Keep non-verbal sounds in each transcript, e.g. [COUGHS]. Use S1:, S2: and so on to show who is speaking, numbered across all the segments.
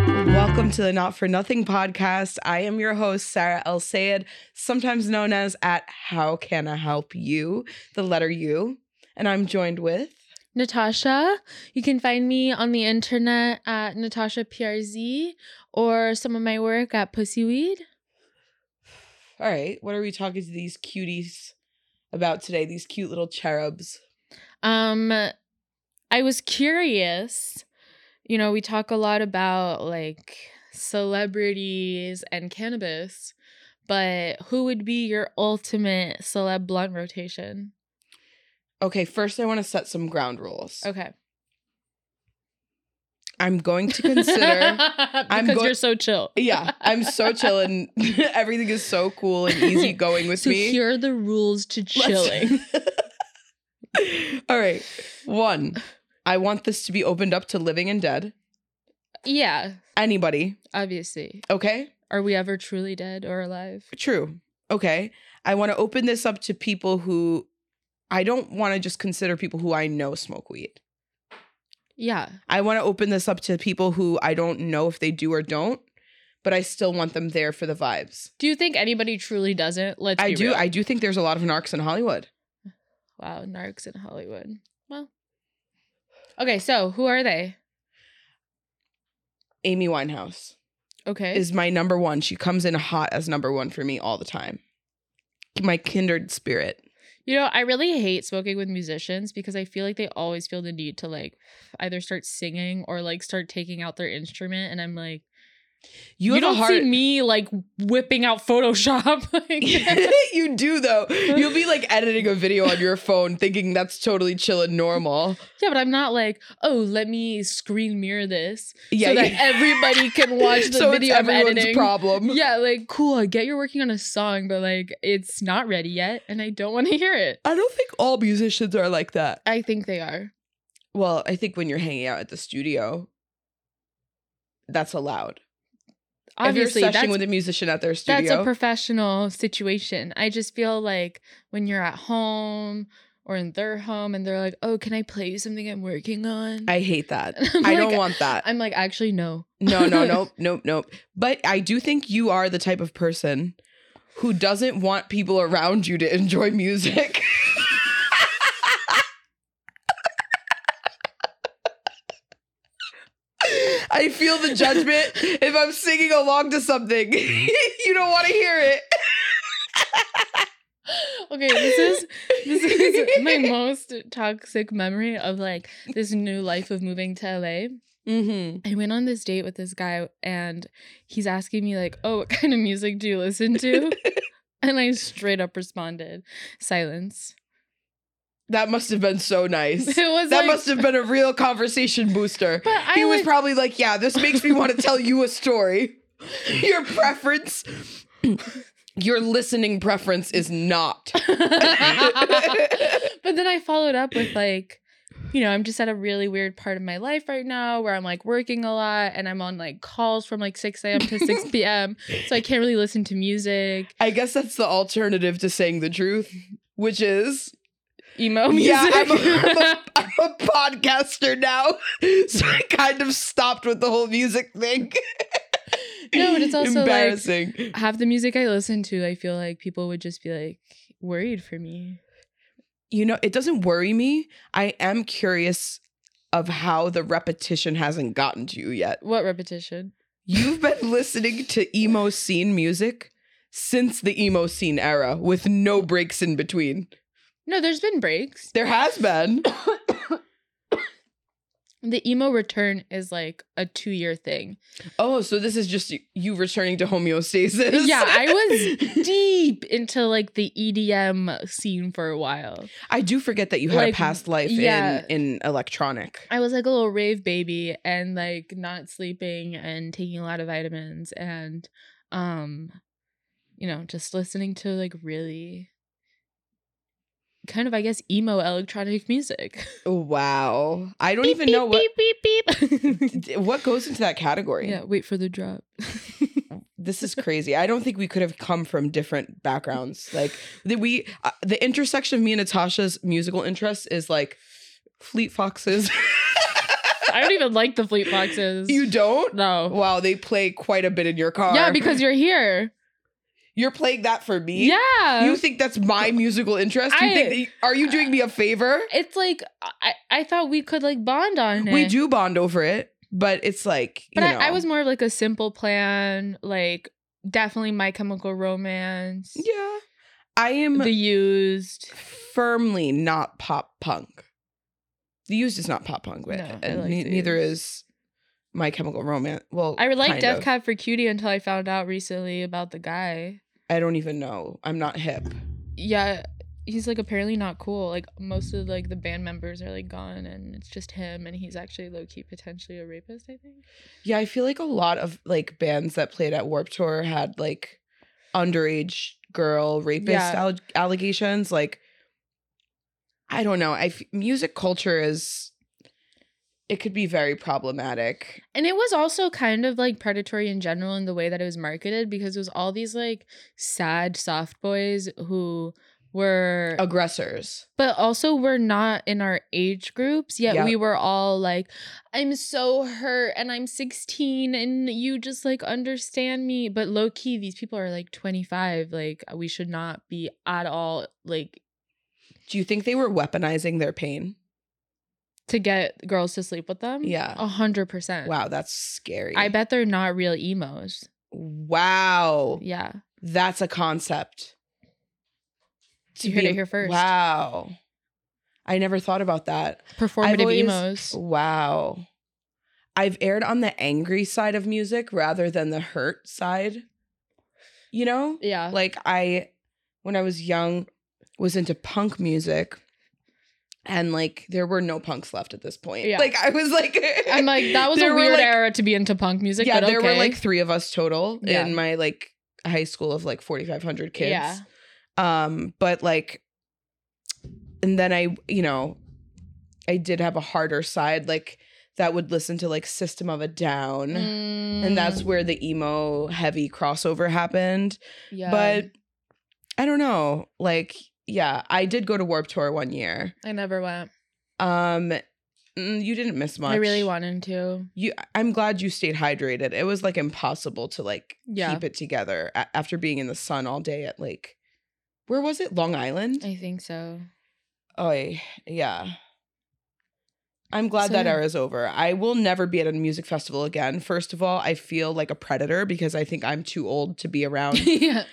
S1: Welcome to the Not for Nothing podcast. I am your host, Sarah El Sayed, sometimes known as at How Can I Help You, the letter U. And I'm joined with
S2: Natasha. You can find me on the internet at Natasha PRZ or some of my work at Pussyweed.
S1: All right, what are we talking to these cuties about today? These cute little cherubs.
S2: Um, I was curious. You know, we talk a lot about like celebrities and cannabis, but who would be your ultimate celeb blunt rotation?
S1: Okay, first I want to set some ground rules.
S2: Okay.
S1: I'm going to
S2: [LAUGHS]
S1: consider
S2: because
S1: go-
S2: you're so chill.
S1: Yeah, I'm so
S2: [LAUGHS]
S1: chill and [LAUGHS] everything is so cool and easy going with
S2: so
S1: me.
S2: here are the rules to
S1: Let's-
S2: [LAUGHS] chilling.
S1: All right. One, I want this to be opened up to living and dead.
S2: yeah,
S1: Anybody.
S2: obviously.
S1: Okay.
S2: Are we ever truly dead or alive?
S1: True. Okay. I want to open this up to people who I don't want to just consider people who I know smoke weed.
S2: Yeah.
S1: I want to open this up to people who I don't know if they do or don't, but I still want them there for the vibes.
S2: Do you think anybody truly doesn't? Let's
S1: I
S2: be
S1: do.
S2: real.
S1: I do think there's a lot of narcs in Hollywood.
S2: wow, narcs in Hollywood. Well. Okay, so who are they?
S1: Amy Winehouse
S2: Okay.
S1: is my number one. She comes in hot as number one for me all the time. My kindred spirit.
S2: you know, I really hate smoking with musicians because I feel like they always feel the need to like either start singing or like start taking out their instrument and I'm like
S1: You, have
S2: don't
S1: a heart.
S2: see me like whipping out Photoshop. [LAUGHS]
S1: [LAUGHS]
S2: Like,
S1: you do though. You'll be like editing a video on your phone, thinking that's totally chill and normal.
S2: yeah, but I'm not like, "Oh, let me screen mirror this
S1: Yeah,
S2: so that
S1: yeah.
S2: everybody
S1: [LAUGHS]
S2: can watch the
S1: so
S2: video
S1: it's
S2: I'm
S1: everyone's
S2: editing."
S1: problem.
S2: Yeah, like cool. I get you're working on a song, but like it's not ready yet, and I don't want to hear it.
S1: I don't think all musicians are like that.
S2: I think they are.
S1: Well, I think when you're hanging out at the studio, that's allowed.
S2: Obviously,
S1: if you're
S2: that's
S1: sessioning with a musician at their studio,
S2: that's a professional situation. I just feel like when you're at home or in their home, and they're like, "Oh, can I play you something I'm working on?"
S1: I hate that.
S2: [LAUGHS] And I'm
S1: I don't
S2: like-
S1: want that.
S2: I'm like, actually, no. [GASPS]
S1: no,
S2: [LAUGHS]
S1: no, nope, nope, nope. But I do think you are the type of person who doesn't want people around you to enjoy music. [LAUGHS] I feel the judgment if I'm singing along to something. [LAUGHS] you don't want to hear it.
S2: Okay, this is this [LAUGHS] is my most toxic memory of like this new life of moving to LA.
S1: [LAUGHS] Mm-hmm.
S2: I went on this date with this guy and he's asking me like, "Oh, what [LAUGHS] kind of music do you listen
S1: [LAUGHS]
S2: to?" and I straight up responded, "Silence." [LAUGHS]
S1: That must have been so
S2: It
S1: nice.
S2: was
S1: That
S2: like-
S1: must have been a real conversation booster.
S2: But I
S1: he was
S2: like-
S1: probably like, "Yeah, this makes me want to tell you a story. Your preference, [LAUGHS] your listening preference, is not."
S2: [LAUGHS] but then I followed up with like, you know, I'm just at a really weird part of my life right now where I'm like working a lot and I'm on like calls from like 6 a.m. to 6
S1: [LAUGHS]
S2: p.m. So I can't really listen to music,
S1: I guess that's the alternative to saying the truth, which is,
S2: emo music.
S1: yeah, I'm a, I'm,
S2: [LAUGHS]
S1: a, [LAUGHS] I'm a podcaster now, so I kind of stopped with the whole music thing.
S2: No, but it's also like-
S1: embarrassing.
S2: Half the music I listen to, I feel like people would just be like worried for me.
S1: you know, it doesn't worry me. I am curious of how the repetition hasn't gotten to you yet.
S2: What repetition?
S1: You've been listening to emo scene music since the emo scene era with no breaks in between.
S2: No, there's been breaks.
S1: There has been. [COUGHS]
S2: The emo return is like a two year thing.
S1: Oh, so this is just y- you returning to homeostasis.
S2: Yeah, I was deep into like the EDM scene for a while.
S1: [LAUGHS] I do forget that you had a
S2: Like,
S1: past life
S2: yeah.
S1: in in electronic.
S2: I was like a little rave baby and like not sleeping and taking a lot of vitamins and um you know, just listening to like really kind of I guess emo electronic music.
S1: Wow. I don't
S2: Beep,
S1: even
S2: beep,
S1: know what
S2: beep
S1: [LAUGHS]
S2: beep beep.
S1: what goes into that category.
S2: yeah, wait for the drop. [LAUGHS]
S1: this is crazy. I don't think we could have come from different backgrounds. Like the, we, uh, the
S2: [LAUGHS]
S1: intersection of me and Natasha's musical interests is like Fleet Foxes.
S2: I don't even like the Fleet Foxes.
S1: You don't?
S2: No.
S1: Wow, they play quite a bit in your car.
S2: Yeah, because you're here.
S1: you're playing that for me.
S2: Yeah.
S1: You think that's my musical interest? You
S2: I-
S1: think that you- are you doing me a favor?
S2: it's like I, I thought we could like bond on it.
S1: We do bond over it, but it's like
S2: But
S1: you
S2: I, I
S1: know.
S2: was more of like a simple plan, like definitely my chemical romance.
S1: Yeah. I am
S2: The used.
S1: firmly not pop punk. The used is not pop punk, but
S2: No, I
S1: and
S2: like
S1: ne-
S2: The
S1: neither
S2: Used.
S1: is my chemical romance. Well,
S2: I would like
S1: kind
S2: Death
S1: of.
S2: Cab for Cutie until I found out recently about the guy.
S1: I don't even know. I'm not hip.
S2: Yeah, he's like apparently not cool. Like most of like the band members are like gone and it's just him and he's actually low key potentially a rapist, I think.
S1: Yeah, I feel like a lot of like bands that played at Warp Tour had like underage girl rapist
S2: Yeah.
S1: alle- allegations. Like, I don't know. I f- music culture is it could be very problematic.
S2: And it was also kind of like predatory in general in the way that it was marketed because it was all these like sad soft boys who were
S1: Oh. Aggressors.
S2: but also we're not in our age groups yet
S1: Yep.
S2: we were all like i'm so hurt and i'm 16 and you just like understand me but low key these people are like 25 like we should not be at all like
S1: Do you think they were weaponizing their pain?
S2: to get girls to sleep with them
S1: Yeah.
S2: a hundred percent
S1: Wow, that's scary.
S2: Uh, i bet they're not real emos
S1: Wow,
S2: yeah
S1: that's a concept. To
S2: You heard
S1: be-
S2: it here first.
S1: Wow, I never thought about that.
S2: performative
S1: always-
S2: emos
S1: Wow. I've aired on the angry side of music rather than the hurt side. You know?
S2: yeah
S1: Like I when I was young was into punk music and like there were no punks left at this point.
S2: Yeah.
S1: Like I was like
S2: i'm
S1: [LAUGHS]
S2: like that was a
S1: there were,
S2: weird
S1: like-
S2: era to be into punk music
S1: Yeah,
S2: but
S1: there were
S2: okay.
S1: like 3 of us total
S2: Yeah.
S1: in my like high school of like 4500 kids.
S2: yeah
S1: Um, but like, and then I, you know, I did have a harder side, like that would listen to like System of a Down.
S2: Mm.
S1: And that's where the emo heavy crossover happened.
S2: yeah
S1: But I don't know. Like, yeah, I did go to Warp Tour one year.
S2: i never went
S1: Um, mm, you didn't miss much.
S2: I really wanted to.
S1: you. I'm glad you stayed hydrated. It was like impossible to like
S2: Yeah.
S1: keep it together a- after being in the sun all day at like, where was it? Long Island.
S2: I think so.
S1: Oh yeah. I'm glad
S2: So,
S1: that
S2: yeah.
S1: era is over. I will never be at a music festival again. First of all, I feel like a predator because I think I'm too old to be
S2: [LAUGHS]
S1: around
S2: yeah.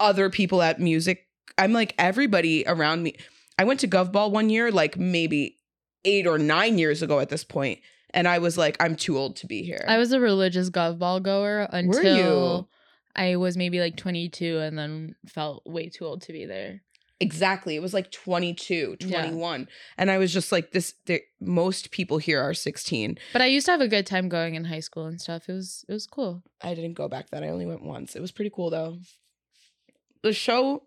S1: other people at music. I'm like everybody around me. I went to Govball one year, like maybe eight or nine years ago at this point, and I was like, I'm too old to be here.
S2: I was a religious govball goer
S1: you?
S2: until I was maybe like 22 and then felt way too old to be there.
S1: exactly. It was like 22,
S2: Yeah.
S1: 21, and I was just like, this. there- Most people here are 16.
S2: But I used to have a good time going in high school and stuff. It was it was cool.
S1: I didn't go back then. I only went once. It was pretty cool though. The show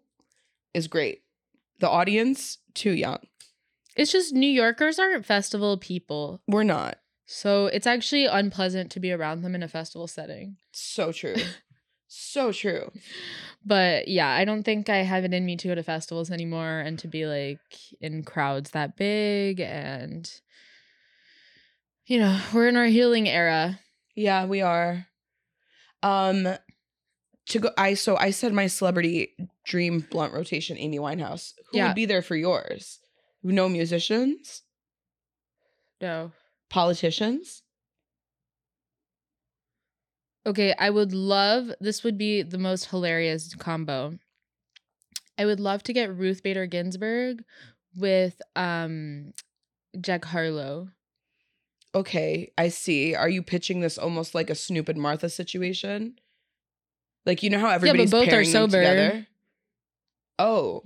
S1: is great. The audience too young.
S2: It's just New Yorkers aren't festival people.
S1: We're not.
S2: So it's actually unpleasant to be around them in a festival setting.
S1: So true.
S2: [LAUGHS]
S1: so true.
S2: But yeah, I don't think I have it in me to go to festivals anymore and to be like in crowds that big and you know, we're in our healing era.
S1: Yeah, we are. Um to go I so I said my celebrity dream blunt rotation Amy Winehouse. Who
S2: Yeah.
S1: would be there for yours? No musicians?
S2: No.
S1: Politicians?
S2: Okay, I would love this would be the most hilarious combo. I would love to get Ruth Bader Ginsburg with um Jack Harlow.
S1: Okay, I see. Are you pitching this almost like a Snoop and Martha situation? Like you know how
S2: but
S1: everybody's
S2: both are
S1: pairing them
S2: sober.
S1: together. Oh,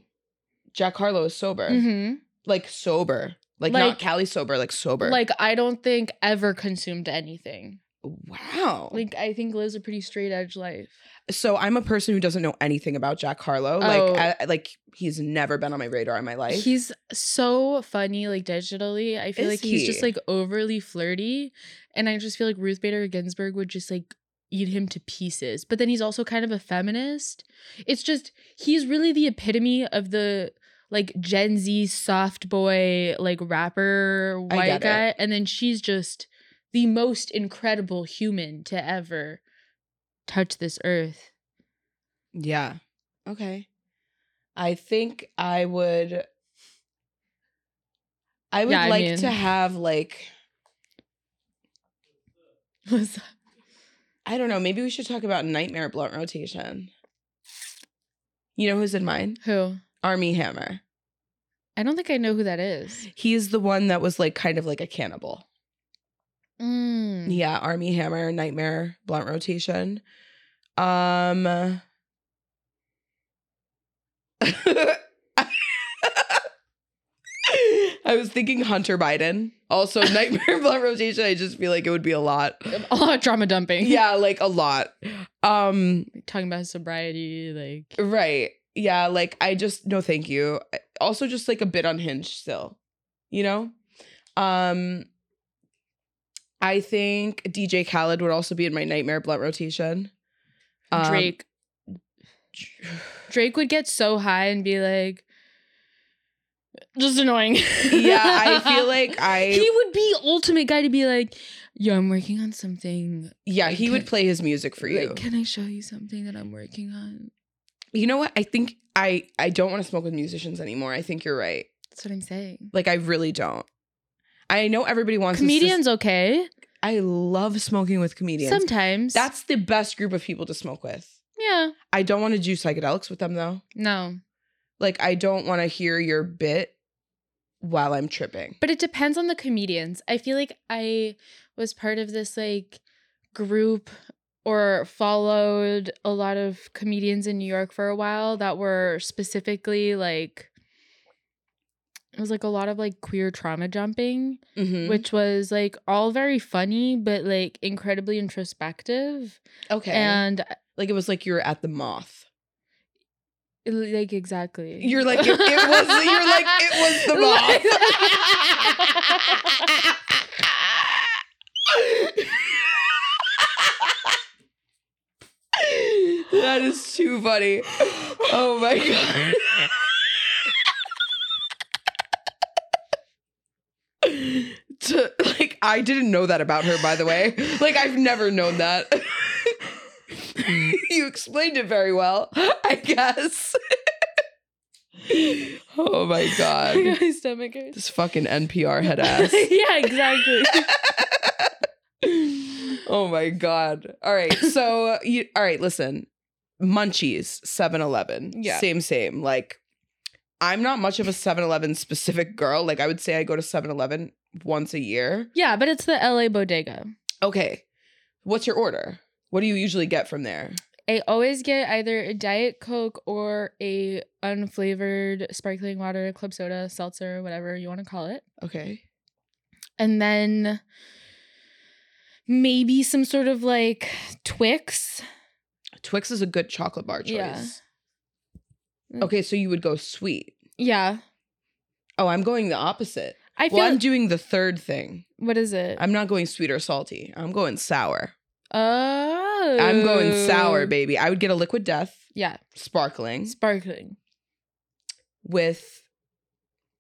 S1: Jack Harlow is sober,
S2: Mhm.
S1: like sober, like, not
S2: Like-
S1: Cali sober, like sober.
S2: Like I don't think ever consumed anything.
S1: wow.
S2: Like I think lives a pretty straight edge life.
S1: so I'm a person who doesn't know anything about Jack Harlow.
S2: Oh.
S1: Like, I, I- like he's never been on my radar in my life.
S2: He's so funny, like digitally. I feel
S1: Is
S2: like he's just
S1: he?
S2: like overly flirty. And I just feel like Ruth Bader Ginsburg would just like eat him to pieces. But then he's also kind of a feminist. It's just, he's really the epitome of the like Gen Z soft boy, like rapper
S1: I
S2: white
S1: get it.
S2: guy. And then she's just the most incredible human to ever touch this earth. [LAUGHS]
S1: Yeah. Okay. I think I would I would
S2: Yeah, I
S1: like
S2: mean-
S1: to have like
S2: Was
S1: I don't know, maybe we should talk about nightmare blunt rotation. You know who's in mine?
S2: who?
S1: Army Hammer.
S2: I don't think I know who
S1: [SIGHS]
S2: that is.
S1: He's the one that was like kind of like a cannibal.
S2: Mm.
S1: Yeah, Army Hammer, Nightmare, Blunt Rotation. Um [LAUGHS] I was thinking Hunter Biden. Also Nightmare [LAUGHS] Blunt Rotation. I just feel like it would be a lot.
S2: [LAUGHS] A lot of drama dumping.
S1: Yeah, like a lot. Um
S2: [LAUGHS] Talking about sobriety, like
S1: right. Yeah, like I just no thank you. I- Also just like a bit unhinged still. You know? Um I think DJ Khaled would also be in my Nightmare Blunt Rotation. Um,
S2: Drake. Drake would get so high and be like, just annoying.
S1: [LAUGHS] yeah, I [LAUGHS]
S2: [LAUGHS]
S1: feel like I
S2: he would be ultimate guy to be like, yo, I'm working on something.
S1: yeah, he would play his music for
S2: Like,
S1: you.
S2: can I show you something that I'm working on?
S1: You know what? I think I I don't want to smoke with musicians anymore. I think you're right.
S2: That's what I'm saying.
S1: Like I really don't. I know everybody wants us to-
S2: Comedians okay.
S1: I love smoking with comedians.
S2: Sometimes.
S1: That's the best group of people to smoke with.
S2: yeah.
S1: I don't want to do psychedelics with them though.
S2: No.
S1: Like I don't want to hear your bit while I'm tripping.
S2: But it depends on the comedians. I feel like I was part of this like group or followed a lot of comedians in New York for a while that were specifically like it was like a lot of like queer trauma jumping,
S1: Mhm.
S2: which was like all very funny but like incredibly introspective
S1: okay.
S2: and
S1: like it was like you were at the moth.
S2: like exactly. [LAUGHS]
S1: You're like, it- it was- you're like, it was the
S2: [LAUGHS] moth.
S1: [LAUGHS] that is too funny. Oh my god. to, like I didn't know that about her by the way. Like I've never known that. [LAUGHS] you explained it very well, I guess. oh my
S2: [LAUGHS]
S1: [LAUGHS] god.
S2: my stomach hurts.
S1: This fucking NPR
S2: [LAUGHS]
S1: head ass.
S2: yeah, exactly. [LAUGHS]
S1: oh my god. All right. So you all right, listen. Munchies, 7-Eleven.
S2: Yeah.
S1: Same, same. Like I'm not much of a 7-Eleven specific girl. Like I would say I go to 7-Eleven once a year.
S2: yeah, but it's the LA bodega.
S1: Okay. What's your order? What do you usually get from there?
S2: I always get either a Diet Coke or a unflavored sparkling water, club soda, seltzer, whatever you want to call it.
S1: Okay.
S2: And then maybe some sort of like Twix.
S1: Twix is a good chocolate bar choice.
S2: Yeah. Mm.
S1: Okay, so you would go sweet.
S2: Yeah.
S1: Oh, I'm going the opposite.
S2: I feel
S1: Well, I'm doing the third thing.
S2: what is it?
S1: I'm not going sweet or salty. I'm going sour.
S2: oh.
S1: I'm going sour, baby. I would get a liquid death,
S2: Yeah,
S1: sparkling,
S2: sparkling.
S1: with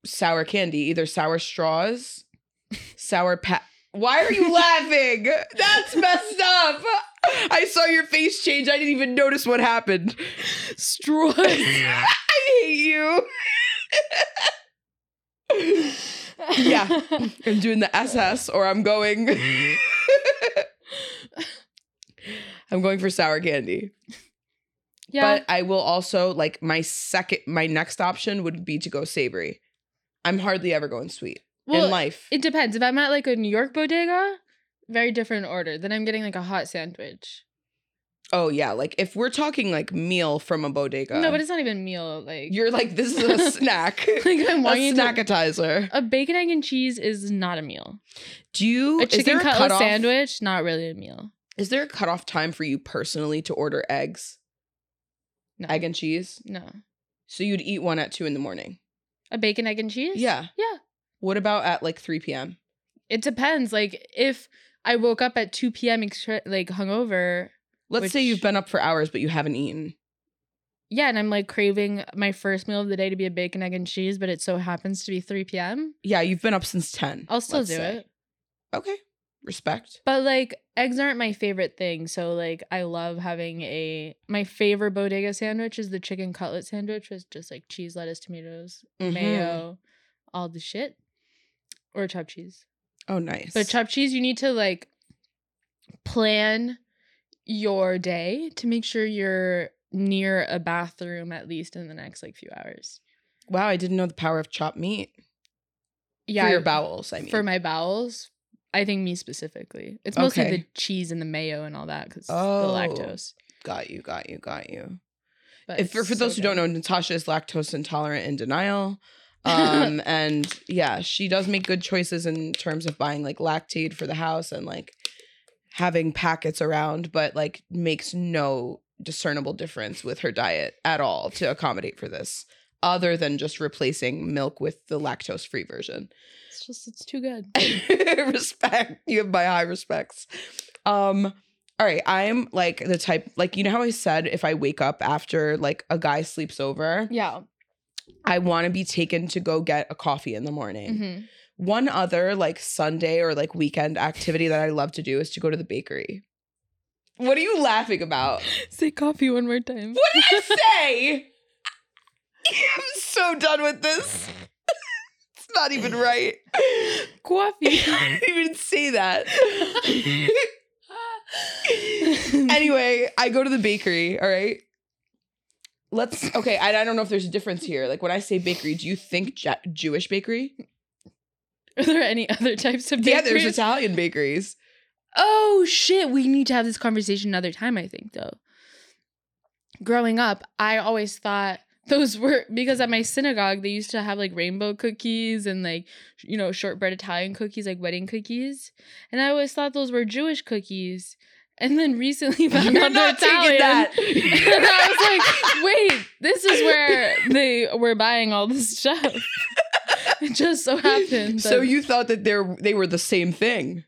S1: sour candy, either sour straws, sour pat. Why are you laughing? That's messed up. I saw your face change. I didn't even notice what happened.
S2: Straw.
S1: [LAUGHS] I hate you. Yeah. I'm doing the SS or I'm going. [LAUGHS] I'm going for sour candy.
S2: [LAUGHS] yeah.
S1: But I will also like my second my next option would be to go savory. I'm hardly ever going sweet
S2: well,
S1: in life.
S2: It depends. If I'm at like a New York bodega, very different order. Then I'm getting like a hot sandwich.
S1: oh yeah, like if we're talking like meal from a bodega.
S2: No, but it's not even meal. Like
S1: you're like this is a snack.
S2: [LAUGHS] like I'm
S1: a
S2: walking into-
S1: snackatizer.
S2: a bacon, egg, and cheese is not a meal.
S1: Do you
S2: A
S1: is there
S2: chicken
S1: a
S2: cutlet
S1: cutoff,
S2: sandwich, not really a meal.
S1: Is there a cutoff time for you personally to order eggs?
S2: No.
S1: Egg and cheese?
S2: No.
S1: So you'd eat one at two in the morning.
S2: A bacon, egg, and cheese?
S1: Yeah.
S2: Yeah.
S1: What about at like 3 p.m.?
S2: It depends. Like if I woke up at 2 p.m. extra- like hungover,
S1: Let's say you've
S2: Which-
S1: been up for hours but you haven't eaten.
S2: yeah, and I'm like craving my first meal of the day to be a bacon, egg, and cheese, but it so happens to be 3 p.m.,
S1: Yeah, you've been up since 10.
S2: I'll still
S1: let's
S2: do
S1: say.
S2: it.
S1: Okay. respect.
S2: But like eggs aren't my favorite thing, so like I love having a my favorite bodega sandwich is the chicken cutlet sandwich with just like cheese, lettuce, tomatoes,
S1: Mhm.
S2: mayo, all the shit, or chopped cheese.
S1: Oh, nice.
S2: But chopped cheese, you need to like plan your day to make sure you're near a bathroom at least in the next like few hours.
S1: wow, I didn't know the power of chopped meat
S2: Yeah,
S1: for
S2: I-
S1: your bowels. I mean,
S2: for my bowels. I think me specifically. It's mostly
S1: Okay.
S2: the cheese and the mayo and all that because
S1: Oh.
S2: the lactose.
S1: got you, got you, got you.
S2: But
S1: If, for
S2: it's
S1: for those
S2: so
S1: who don't
S2: good.
S1: know, Natasha is lactose intolerant and [LAUGHS] denial. Um, and yeah, she does make good choices in terms of buying like lactaid for the house and like having packets around, but like makes no discernible difference with her diet at all to accommodate for this, other than just replacing milk with the lactose free version.
S2: it's just it's too good.
S1: [LAUGHS] respect. You have my high respects. Um, all right. I'm like the type, like, you know how I said if I wake up after like a guy sleeps over,
S2: Yeah.
S1: I want to be taken to go get a coffee in the morning.
S2: Mhm.
S1: One other like Sunday or like weekend activity that I love to do is to go to the bakery. What are you laughing about?
S2: Say coffee one more time.
S1: What did I say? I'm so done with this. [LAUGHS] it's not even right.
S2: Coffee.
S1: [LAUGHS]
S2: [LAUGHS]
S1: I didn't even say that. anyway, I go to the bakery, all right? Let's okay. I, I don't know if there's a difference here. Like when I say bakery, do you think ja- Jewish bakery?
S2: Are there any other types of
S1: Yeah, there's
S2: bakeries?
S1: Italian bakeries.
S2: Oh shit, we need to have this conversation another time, I think, though. Growing up, I always thought those were because at my synagogue they used to have like rainbow cookies and like sh- you know shortbread Italian cookies like wedding cookies and I always thought those were Jewish cookies and then recently [LAUGHS] found
S1: You're
S2: out [LAUGHS] they're
S1: not taking
S2: Italian
S1: that.
S2: and [LAUGHS] I was like wait this is where they were buying all this stuff [LAUGHS] it just so
S1: [LAUGHS]
S2: happened
S1: So
S2: that-
S1: you thought that they're they were the same thing.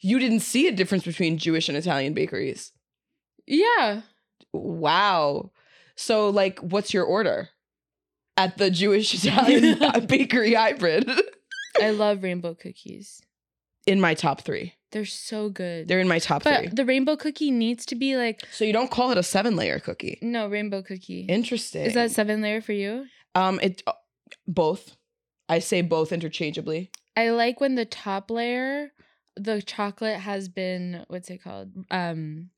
S1: You didn't see a difference between Jewish and Italian bakeries.
S2: yeah
S1: Wow. So like, what's your order at the Jewish Italian
S2: [LAUGHS]
S1: bakery hybrid? [LAUGHS]
S2: I love rainbow cookies
S1: In my top three,
S2: They're so good.
S1: they're in my top
S2: but
S1: three.
S2: the rainbow cookie needs to be like
S1: So you don't call it a seven layer cookie.
S2: no rainbow cookie.
S1: Interesting.
S2: Is that seven layer for you?
S1: um it uh, both? I say both interchangeably.
S2: I like when the top layer, the chocolate has been what's it called? Um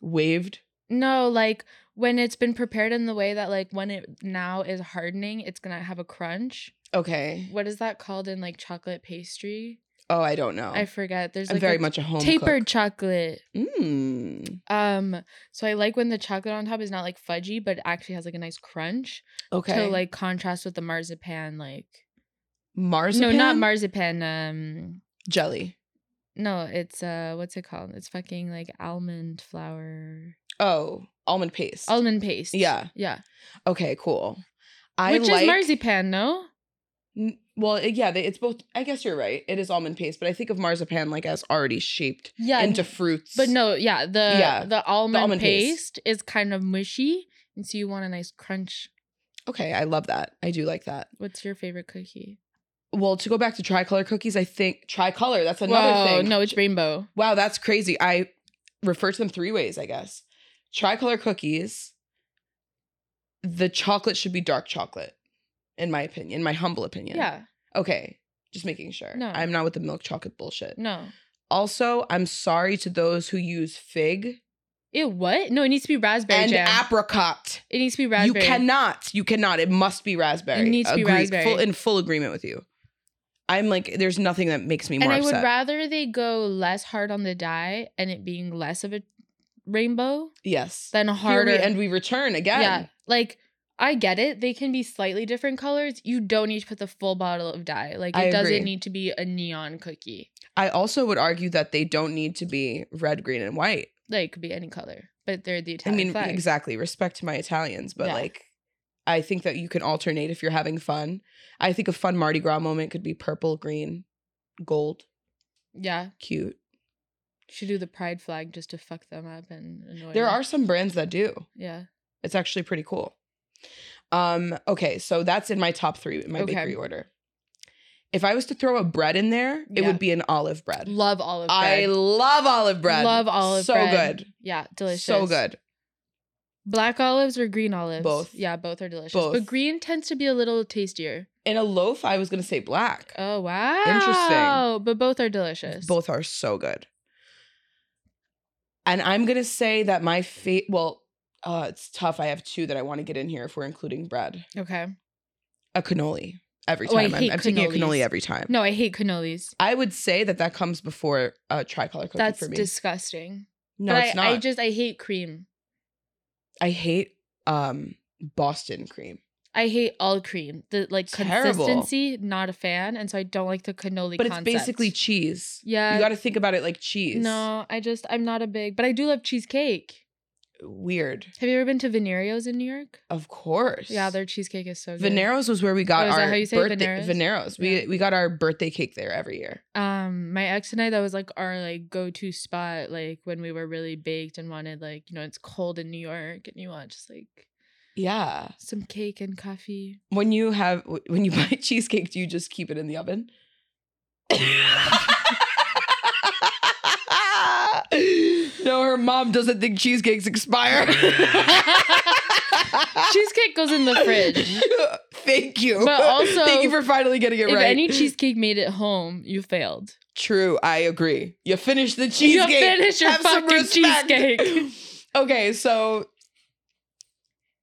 S1: Waved.
S2: no, like when it's been prepared in the way that like when it now is hardening, it's gonna have a crunch.
S1: Okay.
S2: What is that called in like chocolate pastry?
S1: Oh, I don't know.
S2: I forget. There's
S1: I'm
S2: like
S1: very
S2: a
S1: much a home
S2: tapered
S1: cook.
S2: chocolate.
S1: Mm.
S2: Um, so I like when the chocolate on top is not like fudgy, but it actually has like a nice crunch.
S1: Okay.
S2: to like contrast with the marzipan like
S1: marzipan.
S2: no not marzipan um
S1: jelly.
S2: no it's uh what's it called it's fucking like almond flour
S1: Oh, almond paste.
S2: almond paste
S1: Yeah.
S2: yeah
S1: okay, cool. I
S2: which
S1: like.
S2: is marzipan no
S1: n- well, it- yeah, they, it's both. I guess you're right. It is almond paste, but I think of marzipan like as already shaped
S2: yeah
S1: into fruits.
S2: but no yeah the
S1: Yeah,
S2: the almond,
S1: almond paste.
S2: paste, is kind of mushy and so you want a nice crunch
S1: Okay, I love that. I do like that.
S2: what's your favorite cookie
S1: Well, to go back to tricolor cookies, I think tricolor. That's another
S2: Whoa,
S1: thing.
S2: no it's rainbow
S1: Wow, that's crazy. I refer to them three ways, I guess. Tricolor cookies. The chocolate should be dark chocolate, in my opinion, in my humble opinion.
S2: yeah
S1: Okay. Just making sure.
S2: No.
S1: I'm not with the milk chocolate bullshit.
S2: no
S1: Also, I'm sorry to those who use fig
S2: Ew, what? No, it needs to be raspberry
S1: and
S2: jam.
S1: apricot.
S2: it needs to be raspberry.
S1: You cannot. You cannot. It must be raspberry.
S2: It needs to be
S1: Agree.
S2: raspberry.
S1: Full, in full agreement with you. I'm like, there's nothing that makes me more
S2: and I
S1: upset.
S2: would rather they go less hard on the dye and it being less of a rainbow
S1: yes.
S2: than
S1: Here
S2: harder.
S1: we, and we return again.
S2: yeah, like I get it. They can be slightly different colors. You don't need to put the full bottle of dye. Like it
S1: I
S2: doesn't
S1: agree.
S2: need to be a neon cookie.
S1: I also would argue that they don't need to be red, green, and white.
S2: Like it could be any color, but they're the Italian
S1: I mean,
S2: flag.
S1: exactly. Respect to my Italians, but
S2: Yeah.
S1: like, I think that you can alternate if you're having fun. I think a fun Mardi Gras moment could be purple, green, gold,
S2: Yeah,
S1: cute.
S2: should do the pride flag just to fuck them up and annoy.
S1: There
S2: them.
S1: are some brands that do.
S2: yeah.
S1: It's actually pretty cool. Um, okay, so that's in my top three in my
S2: Okay.
S1: bakery order. If I was to throw a bread in there, it
S2: Yeah.
S1: would be an olive bread.
S2: Love olive
S1: I
S2: bread.
S1: love olive bread.
S2: Love olive
S1: so
S2: bread.
S1: good.
S2: Yeah, delicious.
S1: So good.
S2: Black olives or green olives?
S1: Both.
S2: Yeah, both are delicious.
S1: Both.
S2: But green tends to be a little tastier.
S1: In a loaf, I was gonna say black.
S2: Oh wow. But both are delicious.
S1: Both are so good. And I'm gonna say that my fate. Well, uh, it's tough. I have two that I want to get in here if we're including bread.
S2: Okay.
S1: A cannoli every
S2: Oh, I
S1: time. I'm,
S2: hate
S1: I'm taking a cannoli
S2: cannolis.
S1: every time.
S2: No, I hate cannolis.
S1: I would say that that comes before uh, tricolor cookie
S2: That's
S1: for me.
S2: disgusting.
S1: no,
S2: but
S1: it's
S2: I,
S1: not.
S2: I just I hate cream.
S1: I hate um Boston cream.
S2: I hate all cream. The like
S1: Terrible.
S2: consistency, not a fan, and so I don't like the cannoli.
S1: But
S2: concept.
S1: it's basically cheese.
S2: yeah.
S1: You got to think about it like cheese.
S2: no, I just I'm not a big, but I do love cheesecake.
S1: Weird.
S2: Have you ever been to Venero's in New York?
S1: Of course.
S2: Yeah, their cheesecake is so good.
S1: Veneros was where we got
S2: Oh, is that
S1: our
S2: how you say it?
S1: birthday
S2: Veneros?
S1: Veneros. We we got our birthday cake there every year.
S2: um my ex and i that was like our like go-to spot like when we were really baked and wanted like you know it's cold in new york and you want just like
S1: Yeah.
S2: some cake
S1: [LAUGHS]
S2: and coffee
S1: When you have when you [LAUGHS] buy cheesecake, do you just keep it in the
S2: [LAUGHS]
S1: oven? no, her mom doesn't think cheesecakes expire.
S2: [LAUGHS] cheesecake goes in the
S1: [LAUGHS]
S2: fridge
S1: Thank you.
S2: But also,
S1: thank you for finally getting it
S2: if
S1: right. [LAUGHS]
S2: any cheesecake made it home you failed
S1: True, I agree. You finish the cheesecake.
S2: finish your
S1: Have some
S2: fucking
S1: respect.
S2: cheesecake.
S1: [LAUGHS] okay, so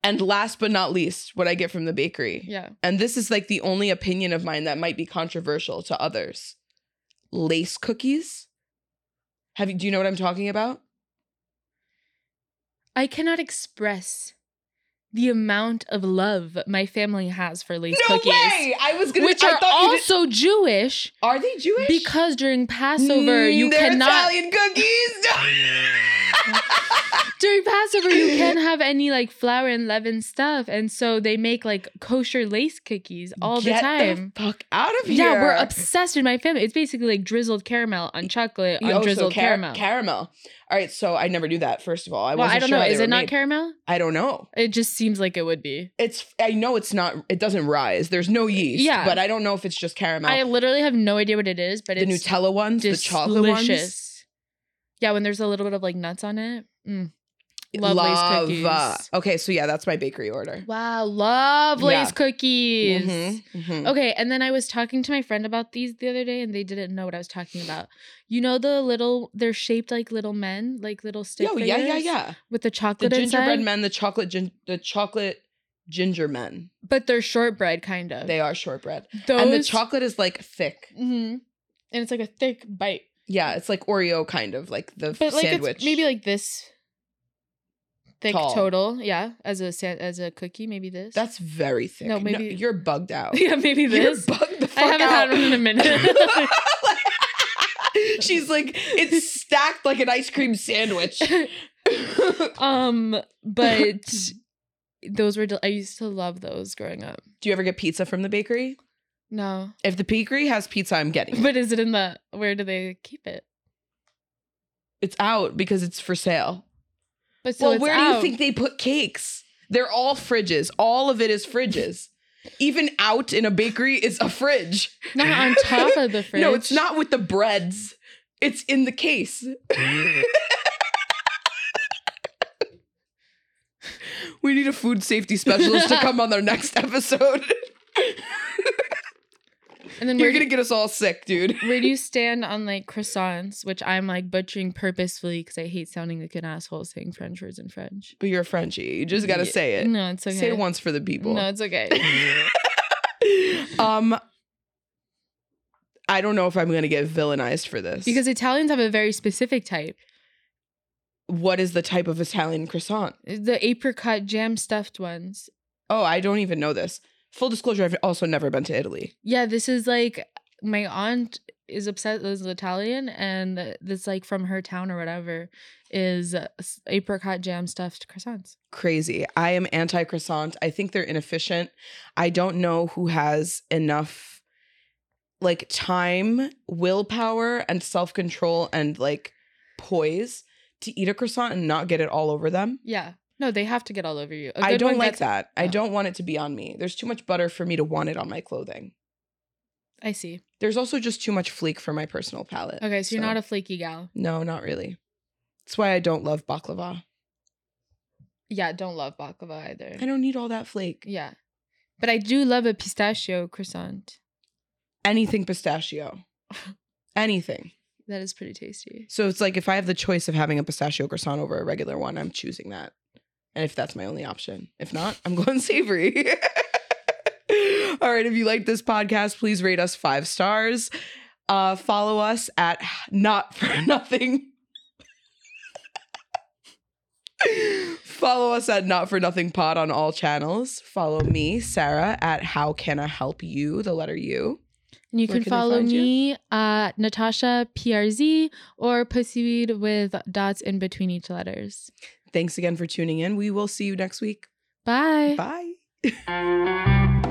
S1: and last but not least, what I get from the bakery.
S2: yeah
S1: And this is like the only opinion of mine that might be controversial to others. Lace cookies? Have you do you know what I'm talking about?
S2: i cannot express the amount of love my family has for lace
S1: no
S2: cookies
S1: way! I was gonna
S2: which
S1: I
S2: are
S1: thought you did-
S2: also jewish
S1: Are they Jewish?
S2: because during passover
S1: Mm,
S2: you
S1: they're
S2: cannot
S1: Italian cookies.
S2: during Passover,
S1: [LAUGHS]
S2: you can't have any like flour and leaven stuff, and so they make like kosher lace cookies [LAUGHS] all
S1: Get
S2: the time.
S1: fuck out of here.
S2: yeah, we're obsessed in my family. It's basically like drizzled caramel on chocolate on
S1: Oh, so
S2: drizzled
S1: car-
S2: caramel.
S1: Caramel. All right, so I never knew that. First of all, I
S2: well,
S1: wasn't
S2: I don't
S1: sure
S2: know.
S1: how they
S2: Is
S1: were
S2: it not
S1: made.
S2: caramel?
S1: I don't know.
S2: It just seems like it would be.
S1: It's. I know it's not. It doesn't rise. There's no yeast.
S2: Uh, Yeah.
S1: but I don't know if it's just caramel.
S2: I literally have no idea what it is, but
S1: the
S2: it's
S1: Nutella ones, the chocolate ones.
S2: delicious. Yeah, when there's a little bit of like nuts on it. Mm. Love lace
S1: Lava.
S2: cookies.
S1: Okay, so yeah, that's my bakery order.
S2: Wow, love
S1: Yeah. Mm-hmm.
S2: lace cookies.
S1: Mhm, mhm.
S2: Okay, and then I was talking to my friend about these the other day, and they didn't know what I was talking about. You know the little, they're shaped like little men, like little stick.
S1: Yo, Oh, yeah, yeah,
S2: figures
S1: yeah.
S2: With the
S1: The
S2: chocolate
S1: gingerbread
S2: inside,
S1: men, the chocolate, gin- the chocolate ginger men.
S2: but they're shortbread kind of.
S1: They are shortbread,
S2: Those,
S1: and the chocolate is like thick.
S2: Mhm. and it's like a thick bite,
S1: Yeah, it's like Oreo kind of like the
S2: but like
S1: sandwich.
S2: it's maybe like this thick
S1: Tall.
S2: total. Yeah, as a san- as a cookie, maybe this.
S1: That's very thick.
S2: No,
S1: No,
S2: maybe-
S1: you're bugged out.
S2: [LAUGHS] yeah, maybe
S1: You're
S2: this.
S1: bugged the fuck
S2: I haven't
S1: out.
S2: had one in a minute.
S1: [LAUGHS] She's like, it's stacked like an ice cream
S2: [LAUGHS]
S1: sandwich. Do
S2: [LAUGHS] um, but
S1: [LAUGHS]
S2: those were del- I used to love those growing up.
S1: you ever get pizza from the bakery?
S2: No.
S1: If the bakery has pizza, I'm getting it.
S2: [LAUGHS] But is it in the where do they keep it?
S1: It's out because it's for sale.
S2: But
S1: well, where do you think they put cakes? They're all fridges. All of it is fridges. Even out in a bakery is a fridge.
S2: not on
S1: [LAUGHS]
S2: top of the fridge?
S1: No, it's not with the breads. It's in the case. [LAUGHS] we need a food safety specialist to come on our next
S2: [LAUGHS]
S1: episode. [LAUGHS]
S2: And then
S1: You're
S2: where do,
S1: gonna get us all sick, dude.
S2: where do you stand on like croissants, which I'm like butchering purposefully because I hate sounding like an asshole saying French words in French.
S1: But you're a Frenchie. You just gotta
S2: Yeah.
S1: say it.
S2: No, it's okay.
S1: Say it once for the people.
S2: No, it's okay.
S1: [LAUGHS] Mm. um I don't know if I'm gonna get villainized for this.
S2: because Italians have a very specific type.
S1: what is the type of Italian croissant?
S2: The apricot jam stuffed ones.
S1: Oh, I don't even know this. Full disclosure, I've also never been to Italy.
S2: Yeah, this is like my aunt is obsessed is Italian and this like from her town or whatever is uh, s- apricot jam stuffed croissants.
S1: crazy. I am anti croissant. I think they're inefficient. I don't know who has enough like time, willpower, and self control and like poise to eat a croissant and not get it all over them.
S2: Yeah. No, they have to get all over you. I
S1: I don't like that. I
S2: no.
S1: don't want it to be on me. There's too much butter for me to want it on my clothing.
S2: I see.
S1: There's also just too much fleek for my personal palate.
S2: Okay, so you're not a flaky gal.
S1: No, not really. That's why I don't love baklava.
S2: Yeah, don't love baklava either.
S1: I don't need all that flake.
S2: Yeah. But I do love a pistachio croissant.
S1: Anything pistachio.
S2: [LAUGHS]
S1: Anything.
S2: That is pretty tasty.
S1: So it's like if I have the choice of having a pistachio croissant over a regular one, I'm choosing that. And if that's my only option, if not, I'm going [LAUGHS] savory. All right. If you like this podcast, please rate us five stars. Uh, follow us at not [LAUGHS] for nothing. follow us at not for nothing pod on all channels. Follow me, Sarah, at how can I help you? The letter U.
S2: And you
S1: Where
S2: can,
S1: can they
S2: follow
S1: find you?
S2: me at Natasha PRZ or Pussyweed with dots in between each letters.
S1: Thanks again for tuning in. We will see you next week.
S2: Bye.
S1: Bye.